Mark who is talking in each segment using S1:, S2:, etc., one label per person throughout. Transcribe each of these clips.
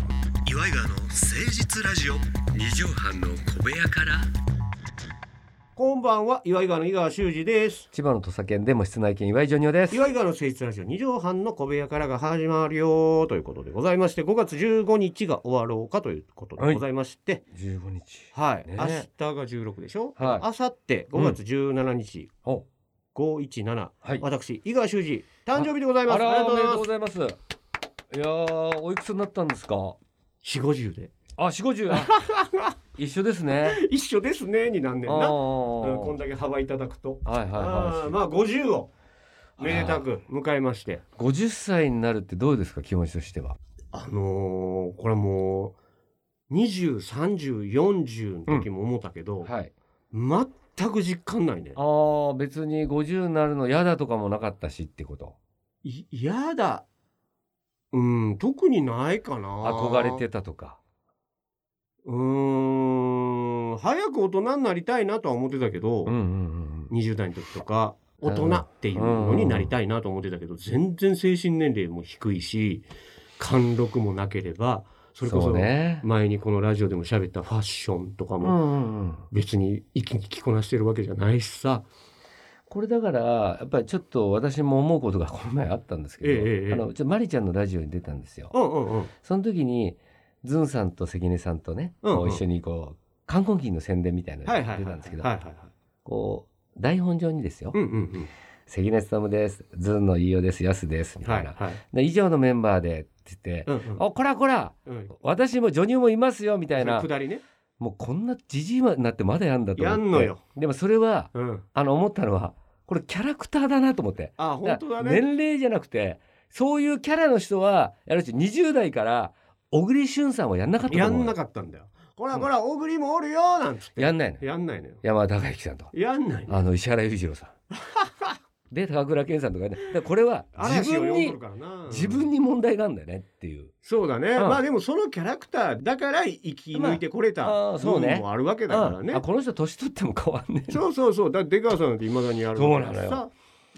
S1: イガーの誠実ラジオ
S2: 二畳半の小部屋から
S3: こんばんは、岩井川の井川修司です。
S4: 千葉の土佐県でも室内犬岩井ジョニオです。
S3: 岩井川の誠実ラジオ2畳半の小部屋からが始まるよということでございまして、5月15日が終わろうかということでございまして、
S4: 十五日。
S3: はい、
S4: ね
S3: 明日が16でしょ。
S4: はい
S3: 明後日5月17日、
S4: お、
S3: 517、
S4: はい
S3: 私井川修司誕生日でございます。あ
S4: ら
S3: りがとうございま
S4: お
S3: す。
S4: めでとうございます。いやー、おいくつになったんですか。
S3: 四五十で
S4: あ、四五十。 あ一緒ですね。
S3: 一緒ですねになんねん
S4: ああ
S3: な。う
S4: ー。
S3: んこんだけ幅いただくと、
S4: はいはい
S3: あー
S4: は
S3: まあ50をめでたく迎えまして、
S4: い。五十歳になるってどうですか、気持ちとしては。
S3: あのーこれもう20、30、40の時も思ったけど、
S4: はい。
S3: 全く実感ないね。
S4: ああ、別に五十になるの嫌だとかもなかったしってこと。
S3: いやだ。うん、特にないかな。
S4: 憧れて。たとか。
S3: うーん、早く大人になりたいなとは思ってたけ
S4: う
S3: ど、
S4: んうんうんうん。
S3: 20代の時とか、大
S4: うん
S3: 人っていうのになりたいなと思ってたけど、全然精神年齢も低いし、貫禄もなければ、それこ
S4: う
S3: そ、
S4: ね。
S3: 前にこのラジオでも喋ったファッションとか
S4: うん
S3: も、
S4: うんうん。
S3: 別に息に着こなしてるわけじゃないしさ。
S4: これだからやっぱりちょっと私も思うことがこの前あったんですけど、
S3: ええええ
S4: あのちょマリちゃんのラジオに出たんですよ。
S3: うんうんうん。
S4: その時にズンさんと関根さんとね、
S3: うんうん
S4: こう一緒にこう観光機の宣伝みたいなのが出たんですけど、
S3: はいはいはい。
S4: こう台本上にですよ、
S3: うんうん
S4: 関根勤ですズンの飯尾ですヤスです
S3: う
S4: み
S3: ん。
S4: た
S3: はいい
S4: な、
S3: はい。
S4: で以上のメンバーでって言って「
S3: うんうん。
S4: おこらこら
S3: うん、み
S4: 私も女優もいますよ」みたいな
S3: 下りね。
S4: もうこんなじじいになってまだやんだと思って
S3: やんのよ
S4: でもそれは
S3: うん。
S4: あの思ったのはこれキャラクターだなと思って。
S3: あ、本当だ
S4: から
S3: ね。
S4: 年齢じゃなくてそういうキャラの人はやるし20代から小栗旬さんはやんなかったと
S3: や
S4: 思うん
S3: なかったんだよ。こらこら、小栗もおるよなんつって。
S4: やんないのよ
S3: やんないのよ。
S4: 山田孝之さんとか
S3: やんないの。
S4: あの石原裕次郎 さんで高倉健さんとかねだからこれは自
S3: 嵐を
S4: 分
S3: 呼ん
S4: に
S3: どるからな。
S4: 自分に問題があるんだよねっていう
S3: そうだね、
S4: うん
S3: まあでもそのキャラクターだから生き抜いてこれた
S4: まああー
S3: 部
S4: そうね
S3: 分もあるわけだからね。
S4: あこの人年取っても変わんねえ
S3: そうそうそう。だって出川さんなんていまだにやるわけだし
S4: そうなの
S3: さ。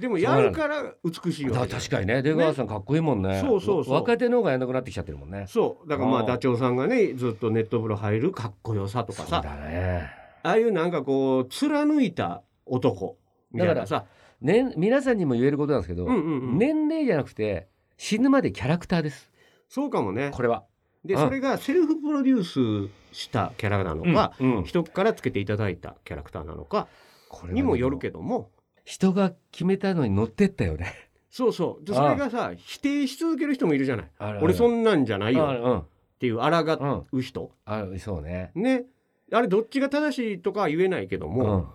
S3: でもやるから美しいわ
S4: だ
S3: け
S4: 確かにね出川さんかっこいいもんね
S3: そうそうそう
S4: 若手の方がやんなくなってきちゃってるもんね
S3: そうだからまあ
S4: うん
S3: ダチョウさんがねずっとネット風呂入るかっこよさとか
S4: そ
S3: さ
S4: うだね
S3: ああいうなんかこう貫いた男みたいなさ
S4: ね皆さんにも言えることなんですけど、
S3: うんうんうん
S4: 年齢じゃなくて死ぬまでキャラクターです
S3: そうかもね
S4: これは
S3: で
S4: うん
S3: それがセルフプロデュースしたキャラなのか、
S4: うんうん
S3: 人からつけていただいたキャラクターなのか
S4: これはね
S3: にもよるけども
S4: 人が決めたのに乗ってったよね。
S3: そうそうで
S4: ああ
S3: それがさ否定し続ける人もいるじゃない俺そ
S4: なん
S3: なんじゃないよ
S4: よ。
S3: っていう抗
S4: うんうん。
S3: う人
S4: あそうね。
S3: ねあれどっちが正しいとかは言えないけども、
S4: うん。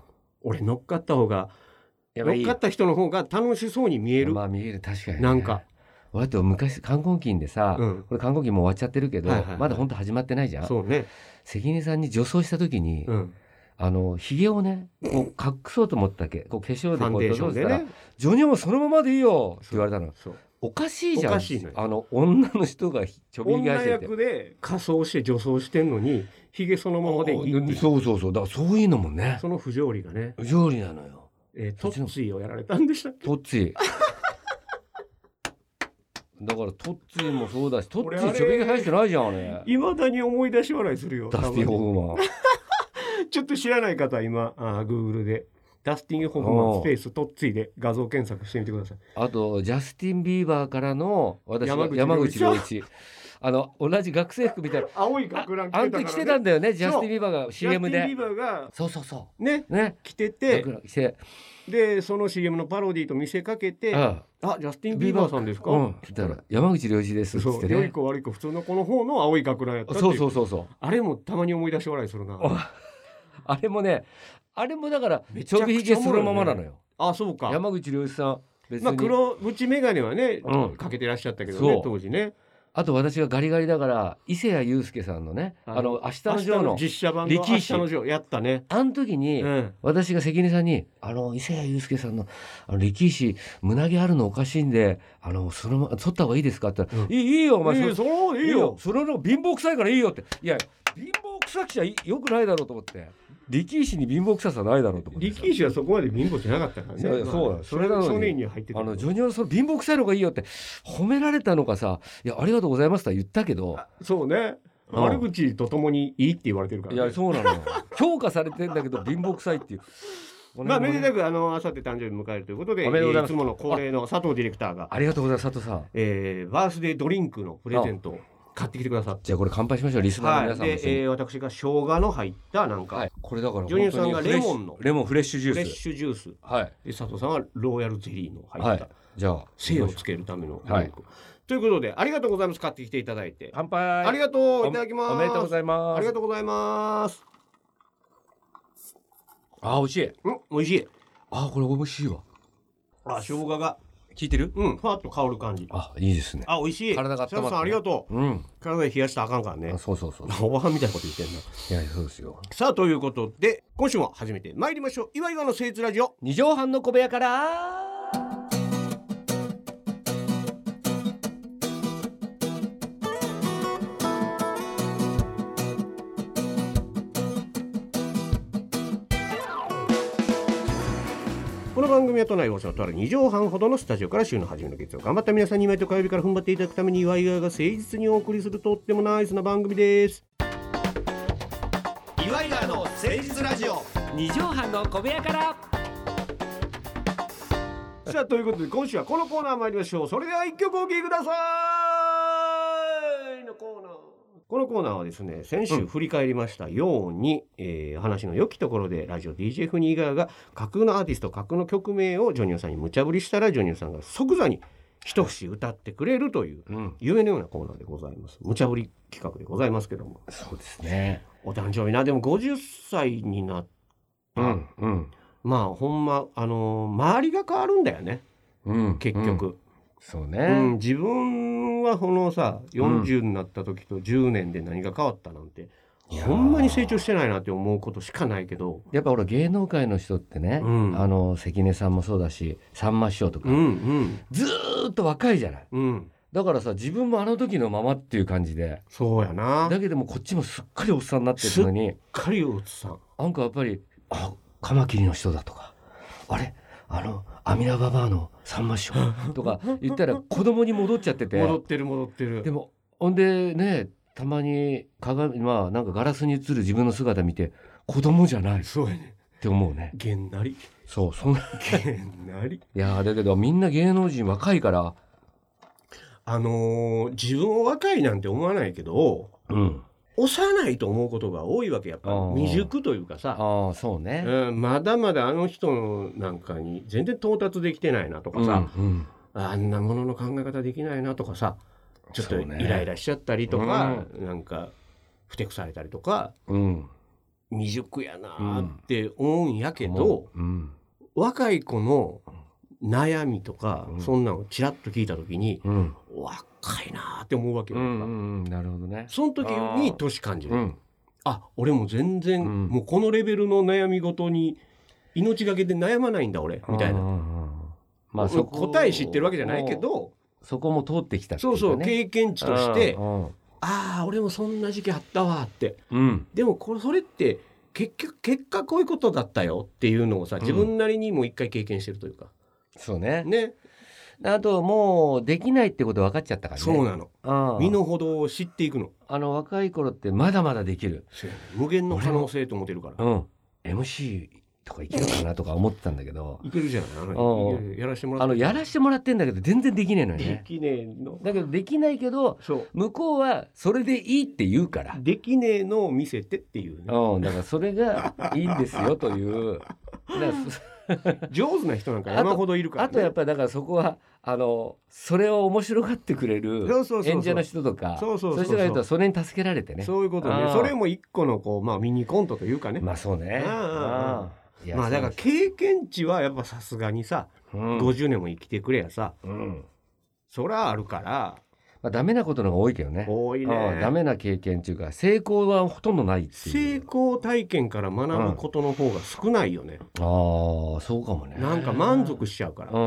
S3: 俺乗っかった方が
S4: やっぱい
S3: 乗っ
S4: い
S3: か。った人の方が楽しそうに見える、
S4: まあ見える確かにね。
S3: なんか
S4: 俺だって昔観光金でさ、
S3: うん
S4: これ観光金もう終わっちゃってるけど、
S3: はいはいはい
S4: まだ本当始まってないじゃん。
S3: そうね、
S4: 関根さんに女装した時に、
S3: うん、
S4: あのひげをね、こう隠そうと思ったっけ、こう化粧
S3: フ
S4: で
S3: ァ
S4: こ
S3: ン
S4: う
S3: デーションで
S4: したら
S3: ね
S4: ジョニオもそのままでいいよって言われたの。
S3: そう
S4: おかしいじゃん。
S3: おかしいのよ
S4: あの女の人がひちょびひげ
S3: 女
S4: 生えてて。
S3: 役で仮装して女装してんのにひげそのままでいいっていう
S4: そうそうそう。だからそういうのもね、
S3: その不条理がね、
S4: 料理なのよ。
S3: えー、
S4: そ
S3: ト
S4: っちの
S3: ッツィをやられたんでしたっけ
S4: トッチー だからトッチーもそうだしトッチーちょびげ生えてないじゃんあれ
S3: いまだに思い出し笑いするよ
S4: ダスティン・
S3: たま
S4: ホフマン
S3: にちょっと知らない方は今あー Google でダスティン・ホフマンスペーストッツィで画像検索してみてください
S4: あとジャスティン・ビーバーからの私は
S3: 山
S4: 山
S3: 口
S4: 口
S3: 良
S4: 良
S3: 一
S4: 一あの同じ学生服みたいな
S3: 青い学ラン着て
S4: あ
S3: た
S4: の
S3: から、ね、
S4: 時着てたんだよねジャスティン・ビーバーが
S3: ジャスティン
S4: CM
S3: ビー
S4: で
S3: バーが
S4: そうそうそ
S3: ね
S4: うね
S3: 着てて
S4: 僕ら着て
S3: でその CM のパロディと見せかけてあ
S4: あ
S3: ジャスティン・ビーバーさんですか、
S4: うんそしたら山口良一ですっつ
S3: そ
S4: って
S3: う良い
S4: ね
S3: 子悪い子普通の子の方の青い学ランやったってい
S4: そうそうそうそう
S3: あれもたまに思い出し笑いするな
S4: ああれもねあれもだから
S3: めち
S4: ち
S3: ゃくちゃ
S4: ょびひげそのままなのよ
S3: あそうか
S4: 山口良一さん別
S3: まあ
S4: に
S3: 黒縁眼鏡はね、
S4: うん
S3: かけてらっしゃったけど
S4: そ
S3: ね
S4: う
S3: 当時ね
S4: あと私がガリガリだから伊勢谷友介さんのね
S3: あの
S4: あの「明日
S3: 明
S4: の
S3: 日
S4: ジョー」
S3: の
S4: の
S3: 実写版の明
S4: 力
S3: 日
S4: 士
S3: のジョーやったね、
S4: あの時に
S3: うん、
S4: 私が関根さんに「あの伊勢谷友介さんのあの力石胸毛あるのおかしいんであのそのまま剃った方がいいですか?」って言ったら「
S3: うん
S4: いいいいよお
S3: お
S4: 前
S3: 前
S4: そ
S3: そ
S4: れ
S3: れそういい
S4: いいよ
S3: よ
S4: それの貧乏臭いからいいよ」って「いや貧乏臭くちゃいよくないだろ」うと思って力石に貧乏臭さないだろうと思って
S3: 力士はそこまで貧乏じゃなかったからね
S4: いやいやそうだよ
S3: そ
S4: そ
S3: れ
S4: れなのに
S3: 少年院に入ってた
S4: あのジョニオのその貧乏臭いのがいいよって褒められたのかさ「いやありがとうございます」とは言ったけど
S3: あそうね
S4: うん
S3: 悪口とともにいいって言われてる
S4: い
S3: から、
S4: や
S3: ね、
S4: そうなの よ評価されてんだけど貧乏くさいっていう
S3: まあめでた
S4: く
S3: くあのあさって誕生日迎えるということで
S4: おめでとうござい
S3: い
S4: ます
S3: つもの恒例の佐藤ディレクターが、
S4: ありがとうございます佐藤さん
S3: えー、バースデードリンクのプレゼントを買ってきてくださって。
S4: じゃあこれ乾杯しましょうリスナーの
S3: は
S4: 皆
S3: い、
S4: さんも一緒に
S3: で、えー、私が生姜の入ったなんか、
S4: はい、これだから
S3: ジョニーさん
S4: 本
S3: が
S4: 当にフレッシュ
S3: レモンの
S4: レモンフレッシュジュ
S3: フレッ
S4: ース
S3: シュジュース
S4: はい
S3: で佐藤さんはローヤルゼリーの入
S4: は
S3: っ
S4: い
S3: た
S4: じゃあ
S3: 精をつけるためのド
S4: は
S3: リ
S4: い
S3: ンク、ということでありがとうございます買ってきていただいて、
S4: 乾杯
S3: ありがとういただきます
S4: おめでとうございます
S3: ありがとうございます
S4: あ美味しい
S3: うん美味しい
S4: あこれ美味しいわ
S3: あ生姜が
S4: 聞いてる
S3: うんふわっと香る感じ
S4: あいいですね
S3: あ美味しい
S4: 体が温まってね
S3: 佐藤さんありがとう
S4: うん
S3: 体冷やしたらあかんからね
S4: あそうそうそう
S3: おばはんみたいなこと言ってんな
S4: そういやそうですよ
S3: さあということで今週も始めてまいりましょういわいわの聖地ラジオ
S4: 二畳半の小部屋から
S3: この番組は都内大阪とある2畳半ほどのスタジオから週の初めの月曜頑張った皆さんに毎度火曜日から踏ん張っていただくために岩井川が誠実にお送りするとってもナイスな番組です岩井川の誠実ラジオ
S4: 二畳半の小部屋から
S3: さあということで今週はこのコーナー参りましょうそれでは一曲お聴きくださいのコーナーこのコーナーはですね先週振り返りましたように、えー話の良きところでラジオ DJ フニーガーが架空のアーティスト架空の曲名をジョニオさんに無茶ぶりしたらジョニオさんが即座に一節歌ってくれるという
S4: うん
S3: 夢のようなコーナーでございます無茶ぶり企画でございますけども
S4: そうですね
S3: お誕生日なでも50歳になった、
S4: うんうん
S3: まあほんまあのー周りが変わるんだよね
S4: うん
S3: 結局。
S4: そう
S3: うん、
S4: ね
S3: 自分はこのさ40になった時と10年で何が変わったなんて、
S4: いやー
S3: ほんまに成長してないなって思うことしかないけど、
S4: やっぱほら芸能界の人ってね
S3: うん
S4: あの関根さんもそうだしさんま師匠とか
S3: うんうん
S4: ずーっと若いじゃない
S3: うん
S4: だからさ自分もあの時のままっていう感じで
S3: そうやなし
S4: だけどもこっちもすっかりおっさんになってるのに
S3: っかり打つさん
S4: なんかやっぱりあカマキリの人だとかあれあのアミラババアのさんま師 匠とか言ったら子供に戻っちゃってて
S3: 戻ってる戻ってる
S4: でもほんでねたまに鏡まあなんかガラスに映る自分の姿見て子供じゃないっ
S3: そうやね
S4: て思うね
S3: げんなり
S4: そうそんな
S3: げんなり
S4: いやーだけどみんな芸能人若いから
S3: あのー自分を若いなんて思わないけど
S4: うん
S3: 幼いと思うことが多いわけやっぱ
S4: あー
S3: り未熟というかさ
S4: ああそうね
S3: うん、まだまだあの人のなんかに全然到達できてないなとかさ、
S4: うんうん
S3: あんなものの考え方できないなとかさちょっと
S4: そう
S3: イ
S4: ね
S3: ライラしちゃったりとか、なんかふてくされたりとか
S4: うん
S3: 未熟やなって思うんやけど、
S4: うん
S3: 若い子の悩みとか、
S4: うん
S3: そんなのちらっと聞いた時に
S4: うん
S3: 若いなって思うわけ
S4: う
S3: よ、
S4: んうんうんなるほどね
S3: その時に年感じる、
S4: うん
S3: あ俺も全然、
S4: うん
S3: もうこのレベルの悩み事に命がけで悩まないんだ俺みたいな、
S4: うんうんうん
S3: まあ、そこ答え知ってるわけじゃないけど
S4: そこも通ってきたってい
S3: そうそう
S4: かね
S3: 経験値として、
S4: うんうん
S3: ああ俺もそんな時期あったわって
S4: うん
S3: でもこれそれって結局結果こういうことだったよっていうのをさ
S4: ん
S3: 自分なりにもう一回経験してるというか、
S4: そうね
S3: ね
S4: あともうできないってこと分かっちゃったからね
S3: そうなの
S4: の
S3: 身の程を知っていくの
S4: あの若い頃ってまだまだできる
S3: 無限の可能性と思ってるから
S4: うん MC とかいけるかなとか思ってたんだけど
S3: いけるじゃないあ
S4: う
S3: の
S4: ん
S3: いややらしてもら
S4: あ
S3: っ
S4: の
S3: て
S4: やらしてもらってんだけど全然できねえのよ
S3: で
S4: ね
S3: きねえの
S4: だけどできないけど
S3: そう
S4: 向こうはそれでいいって言うから
S3: できねえのを見せてっていうね
S4: うん、だからそれがいいんですよという。だからそ
S3: 上手な人なんか山ほどいるから、ね、
S4: あとやっぱりだからそこはあのそれを面白がってくれる
S3: そうそうそうそう
S4: 演者の人とか
S3: そうそうそ
S4: い
S3: うそう
S4: う人がいるとそれに助けられてね。
S3: そういうこと
S4: あ
S3: ね
S4: ー
S3: それも一個のこう、まあ、ミニコントというかね、
S4: まあそうね。
S3: うんうんうん
S4: ああいや
S3: まあだから経験値はやっぱさすがにさ、
S4: うん
S3: 50年も生きてくれやさ
S4: うん
S3: そらあるから
S4: まあダメなことの方が多いけどね。
S3: 多い
S4: ああダ
S3: ね
S4: メな経験っていうか成功はほとんどないってい
S3: 成
S4: う。
S3: 功体験から学ぶことの方が少ないよね、
S4: ああそうかもね。
S3: なんか満足しちゃうか
S4: う
S3: ら、
S4: ん。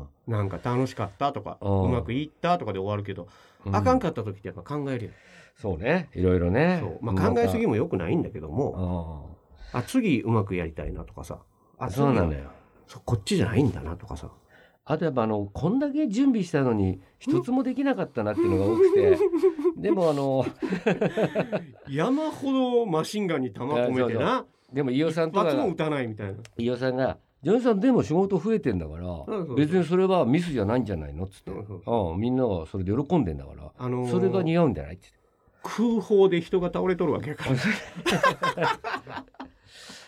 S4: うん
S3: なんか楽しかったとか、
S4: う
S3: うんまくいったとかで終わるけど、あかんかった時ってやっぱ考えるよ、
S4: そうね。いろいろね。
S3: そうまあ、考えすぎ
S4: も。
S3: も良くないんだけども、
S4: あ
S3: あ次うまくやりたいなとかさ
S4: あ
S3: あ
S4: そうなの
S3: 次
S4: よ。
S3: そうこっちじゃないんだなとかさ
S4: あとやっぱあのこんだけ準備したのに一つもできなかったなっていうのが多く てでもあの
S3: 山ほどマシンガンに弾込めてな
S4: でも飯尾さん
S3: 一
S4: とか
S3: 発
S4: が
S3: も撃たないみたいな
S4: 飯尾さんが「ジョニーさんでも仕事増えてんだか
S3: そうそ
S4: ら
S3: う
S4: 別にそれはミスじゃないんじゃないの?」っつって
S3: そうそう
S4: 「ああみんながそれで喜んでんだから
S3: あのー
S4: それが似合うんじゃない?」って
S3: 空砲で人が倒れとるわけやから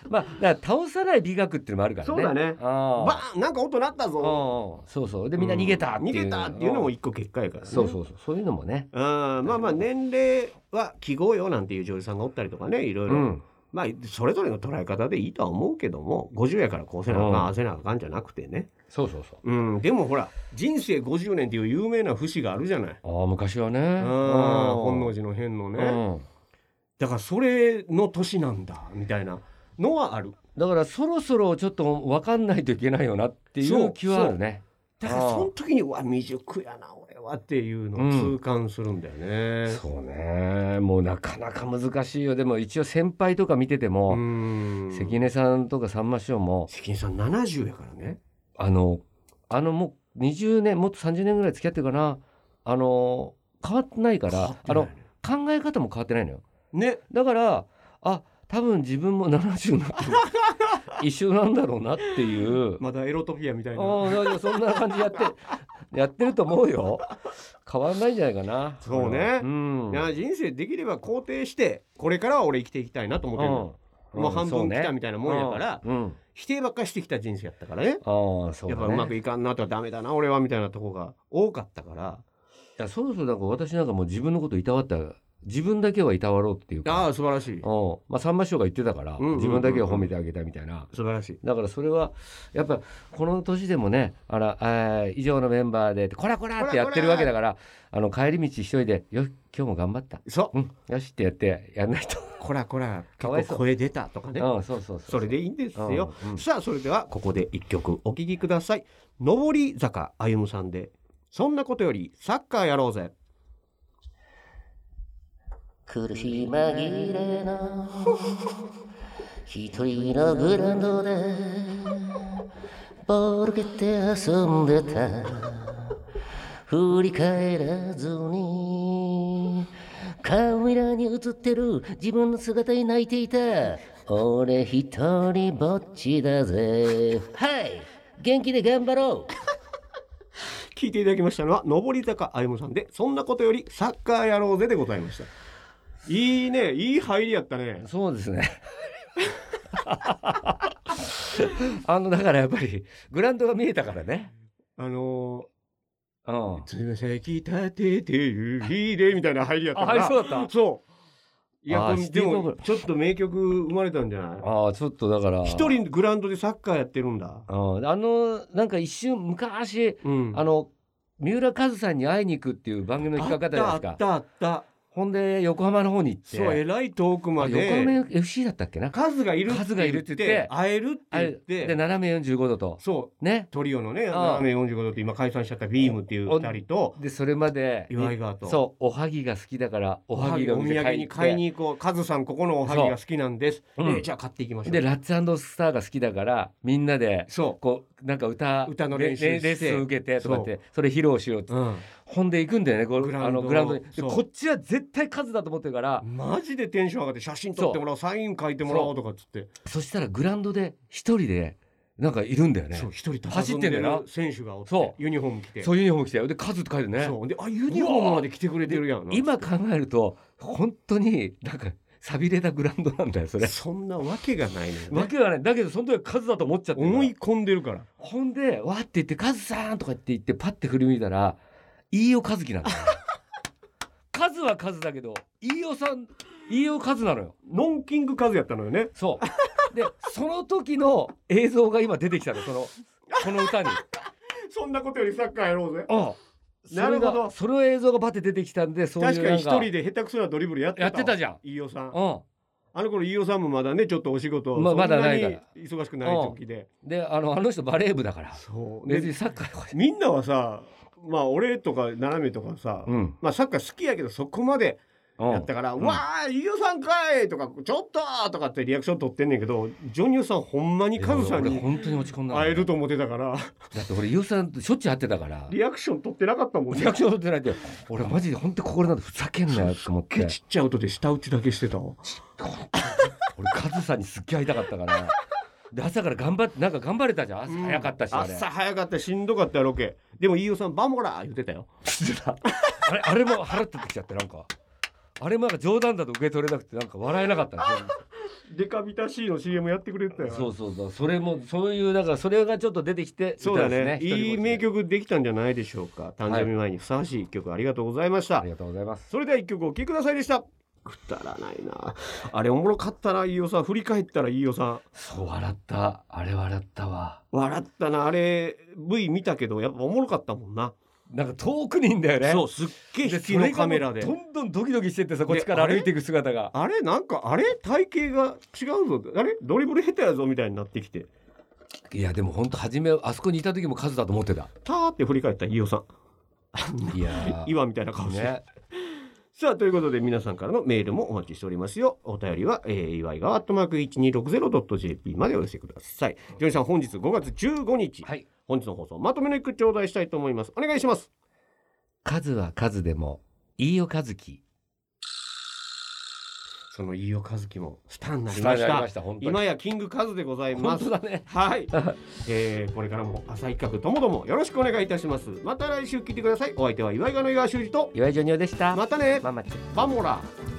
S4: まあだから倒さない美学っていうのもあるからね
S3: そうだね
S4: ああ
S3: バーンなんか音鳴ったぞ
S4: ああそうそうでみんな逃げたって
S3: 逃
S4: いう、
S3: げたっていうのも
S4: い
S3: 一個結果やからね
S4: そうそうそうそういうのもね
S3: うんまあまあ年齢は記号よなんていう女優さんがおったりとかねいろいうろ、
S4: ん
S3: まあそれぞれの捉え方でいいとは思うけども50やからこうせなあかん、
S4: うん
S3: ああせなあかんじゃなくてね、
S4: そうそうそう
S3: うん、でもほら人生50年っていう有名な節があるじゃない、
S4: ああ昔はね
S3: うん、
S4: ああ
S3: 本能寺の変のね、
S4: うん
S3: だからそれの年なんだみたいなのはある
S4: だからそろそろちょっと分かんないといけないよなってい
S3: そうう
S4: 気はあるね
S3: だからその時にうわ未熟やな俺はっていうのを痛感するんだよね。
S4: そうねもうなかなか難しいよでも一応先輩とか見てても、
S3: うん
S4: 関根さんとかさんま師匠も
S3: 関根さん70やからね。
S4: あのあのもう20年もっと30年ぐらい付き合ってるかなあの変わってないから
S3: 変わって
S4: あ
S3: ない
S4: の考え方も変わってないのよ
S3: ね。
S4: だからあ多分自分も70になって も一緒なんだろうなっていう
S3: まだエロトピアみたいな。
S4: ああだからそんな感じ やってやってると思うよ変わんないんじゃないかな
S3: そうね
S4: うん
S3: いや人生できれば肯定してこれからは俺生きていきたいなと思ってるの、
S4: うん
S3: もう半
S4: そ
S3: 分
S4: ね
S3: 来たみたいなもんやから、
S4: うんうん
S3: 否定ばっかりしてきた人生やったからね
S4: ああそう
S3: や
S4: だね
S3: っぱうまくいかんなとはダメだな俺はみたいなとこが多かったから
S4: いやそろそろなんか私なんかもう自分のこといたわったら自分だけはいたわろうっていう
S3: あ
S4: か
S3: あ素晴らし
S4: う
S3: い
S4: んまあさんま師匠が言ってたから、
S3: うんうんうんうん
S4: 自分だけを褒めてあげたみたいな
S3: 素晴らしい
S4: だからそれはやっぱこの年でもねあらあー以上のメンバーでってこらこらってやってるわけだからあの帰り道一人で「よし今日も頑張った」
S3: そう
S4: うん「よし」ってやってやんないと。
S3: こらこら
S4: かわい
S3: 結
S4: そう
S3: 構声出たとかね
S4: うん、そうそうそう
S3: それでいいんですよ、
S4: うんうん
S3: さあそれではここで一曲お聴きください上り坂歩夢さんでそんなことよりサッカーやろうぜ
S5: 苦し紛れの一人のグラウンドでボール蹴って遊んでた振り返らずにカメラに映ってる自分の姿に泣いていた俺一人ぼっちだぜはい元気で頑張ろう
S3: 聞いていただきましたのは上り坂歩夢さんでそんなことよりサッカーやろうぜでございましたいいねいい入りやったね
S4: そうですね。 あのだからやっぱりグラウンドが見えたからね。
S3: あの
S4: うん
S3: ー、。つま先立てて指でみたいな入りやった
S4: あ、
S3: か
S4: あり
S3: ら
S4: そうだった。
S3: そういや
S4: あー
S3: これ
S4: シテ
S3: で
S4: ィボブ
S3: もちょっと名曲生まれたんじゃない
S4: ああ、ちょっとだから。
S3: 一。人グラウンドでサッカーやってるんだ
S4: うん、あの、なんか一瞬昔、
S3: うん
S4: あの。三浦和さんに会いに行くっていう番組の
S3: あっ
S4: 企画
S3: た
S4: だ
S3: あ
S4: ったじゃない
S3: っ
S4: ですか。
S3: たあった
S4: ほんで横浜の方に行って。
S3: そうえらい遠くま
S4: あ横
S3: で
S4: 浜 FC だったっけな。
S3: 数がいるって言っ
S4: 数
S3: て
S4: がいるって言って
S3: 会えるって
S4: あ
S3: 言っ
S4: れ
S3: て
S4: で斜め45度と。
S3: そう
S4: ね。
S3: トリオのね
S4: ああ
S3: 斜め45度って今解散しちゃったビームっていう二人と
S4: でそれまで。
S3: 岩井川と
S4: そうおはぎが好きだからお
S3: お
S4: はぎが
S3: お土産に買いに行こうカズさんここのおはぎが好きなんです
S4: そううん
S3: えじゃあ買っていきましょう
S4: でラッツスターが好きだからみんなで
S3: そ
S4: こうなんか歌
S3: 歌の練習して
S4: レレッスン受けてとかってそれ披露しようって
S3: う、うん、
S4: ほんで行くんだよねこう
S3: グラウンド
S4: あのグラウンドにで
S3: そう
S4: こっちは絶対数だと思ってるから
S3: マジでテンション上がって写真撮ってもらおうサイン書いてもらおうとかっつって
S4: そしたらグラウンドで一人でなんかいるんだよね
S3: そう
S4: そ
S3: 一人
S4: 走ってんだよな
S3: る選手がおっ
S4: そ
S3: てユニフォーム着て
S4: ういうユニフォーム着てで数って書いてるね
S3: そうであユニフォームまで着てくれてるやんな
S4: 今考えると本当になんか寂れたグラウンドなんだよそれ
S3: そんなわけがないのよね
S4: わけがないだけどその時は数だと思っちゃってるから
S3: 思い込んでるから
S4: ほんでわーって言って「カズさん!」とかって言ってパッて振り向いたら飯尾和樹 なんだよカズはカズだけど飯尾さん飯尾和なのよ
S3: ノンキングカズやったのよね
S4: そうでその時の映像が今出てきたのそのこの 歌に
S3: そんなことよりサッカーやろうぜ
S4: あ
S3: なるほど
S4: それがその映像がバッて出てきたんでそういう
S3: 確かに一
S4: なん
S3: 人で下手くそなドリブルやってたわ
S4: やってたじゃん
S3: 飯尾さん
S4: う
S3: あの頃飯尾さんもまだねちょっとお仕事
S4: ま
S3: そんな
S4: まだ
S3: に
S4: ないから
S3: 忙しくない時で
S4: んであのあの人バレー部だから
S3: そう
S4: 別に
S3: で
S4: サッカーとか
S3: みんなはさまあ俺とか斜めとかさ
S4: うん
S3: まあサッカー好きやけどそこまで
S4: うん
S3: やったから「
S4: ん
S3: わあ飯尾さんかい!」とか「ちょっと!」とかってリアクション取ってんねんけどジョニオさんほんまにカズさ
S4: い
S3: ん
S4: や俺
S3: に
S4: 本当に落ち込んだの
S3: 会えると思ってたか
S4: だ
S3: ら
S4: って俺伊代さんとしょっちゅう会ってたから
S3: リアクション取ってなかったもん
S4: リ
S3: ね
S4: アクション取ってないで俺マジで本当心なんてふざけんなよと思って
S3: ケチっちゃうとで舌打ちだけしてたわ
S4: 俺カズさんにすっげえ会いたかったからで朝から頑張ってなんか頑張れたじゃん朝早かったしあれ
S3: 朝早かったしんどかったやロケでも飯尾さん「バモラ!」言ってたよ
S4: あれあれも腹立ってきちゃってなんかあれもなんか冗談だと受け取れなくてなんか笑えなかったの
S3: デカビタ C の CM やってくれてたよ
S4: そうそうそうそれもそういうだからそれがちょっと出てきて
S3: そうだね
S4: みたです
S3: いい名曲できたんじゃないでしょうか誕生日前にふさわしい一曲ありがとうございました、
S4: ありがとうございます
S3: それでは一曲お聴きくださいでしたくだらないなあれおもろかったな飯尾さん振り返ったら飯尾さん
S4: そう笑ったあれ笑ったわ
S3: 笑ったなあれ V 見たけどやっぱおもろかったもんな、
S4: なんか遠くにいんだよね
S3: そうすっげえ引きのカメラで
S4: それがもうどんどんドキドキしてってさこっちから歩いていく姿が
S3: あれなんかあれ体型が違うぞあれドリブル下手やぞみたいになってきて
S4: いやでも本当初めあそこにいた時も数だと思ってた
S3: たーって振り返った飯尾さん
S4: いや
S3: 岩みたいな顔して、
S4: ね
S3: さあということで皆さんからのメールもお待ちしておりますよお便りは、えー、祝いがアットマーク 1260.jp までお寄せくださいジョニーさん本日5月15日、
S4: はい
S3: 本日の放送まとめの一句頂戴したいと思いますお願いします
S4: 数は数でも飯尾和樹
S3: その飯尾和樹もスターになり
S4: スター
S3: ま
S4: に
S3: し
S4: なり
S3: た
S4: ました本当に
S3: 今やキングカズでございま
S4: 本
S3: す
S4: 当だね
S3: はい、えー、これからも朝一角ともどもよろしくお願いいたしますまた来週聞いてくださいお相手は岩井川の岩井修二と
S4: 岩井ジョニオでした
S3: またね
S4: ママちゃん
S3: バモラー